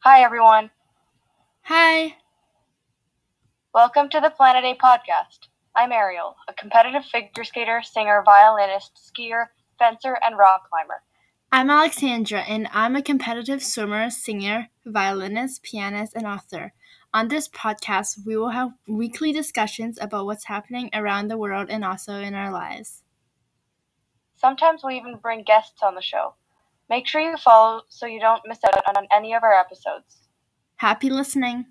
Hi, everyone. Hi. Welcome to the Planet A podcast. I'm Ariel, a competitive figure skater, singer, violinist, skier, fencer, and rock climber. I'm Alexandra, and I'm a competitive swimmer, singer, violinist, pianist, and author. On this podcast, we will have weekly discussions about what's happening around the world and also in our lives. Sometimes we even bring guests on the show. Make sure you follow so you don't miss out on any of our episodes. Happy listening!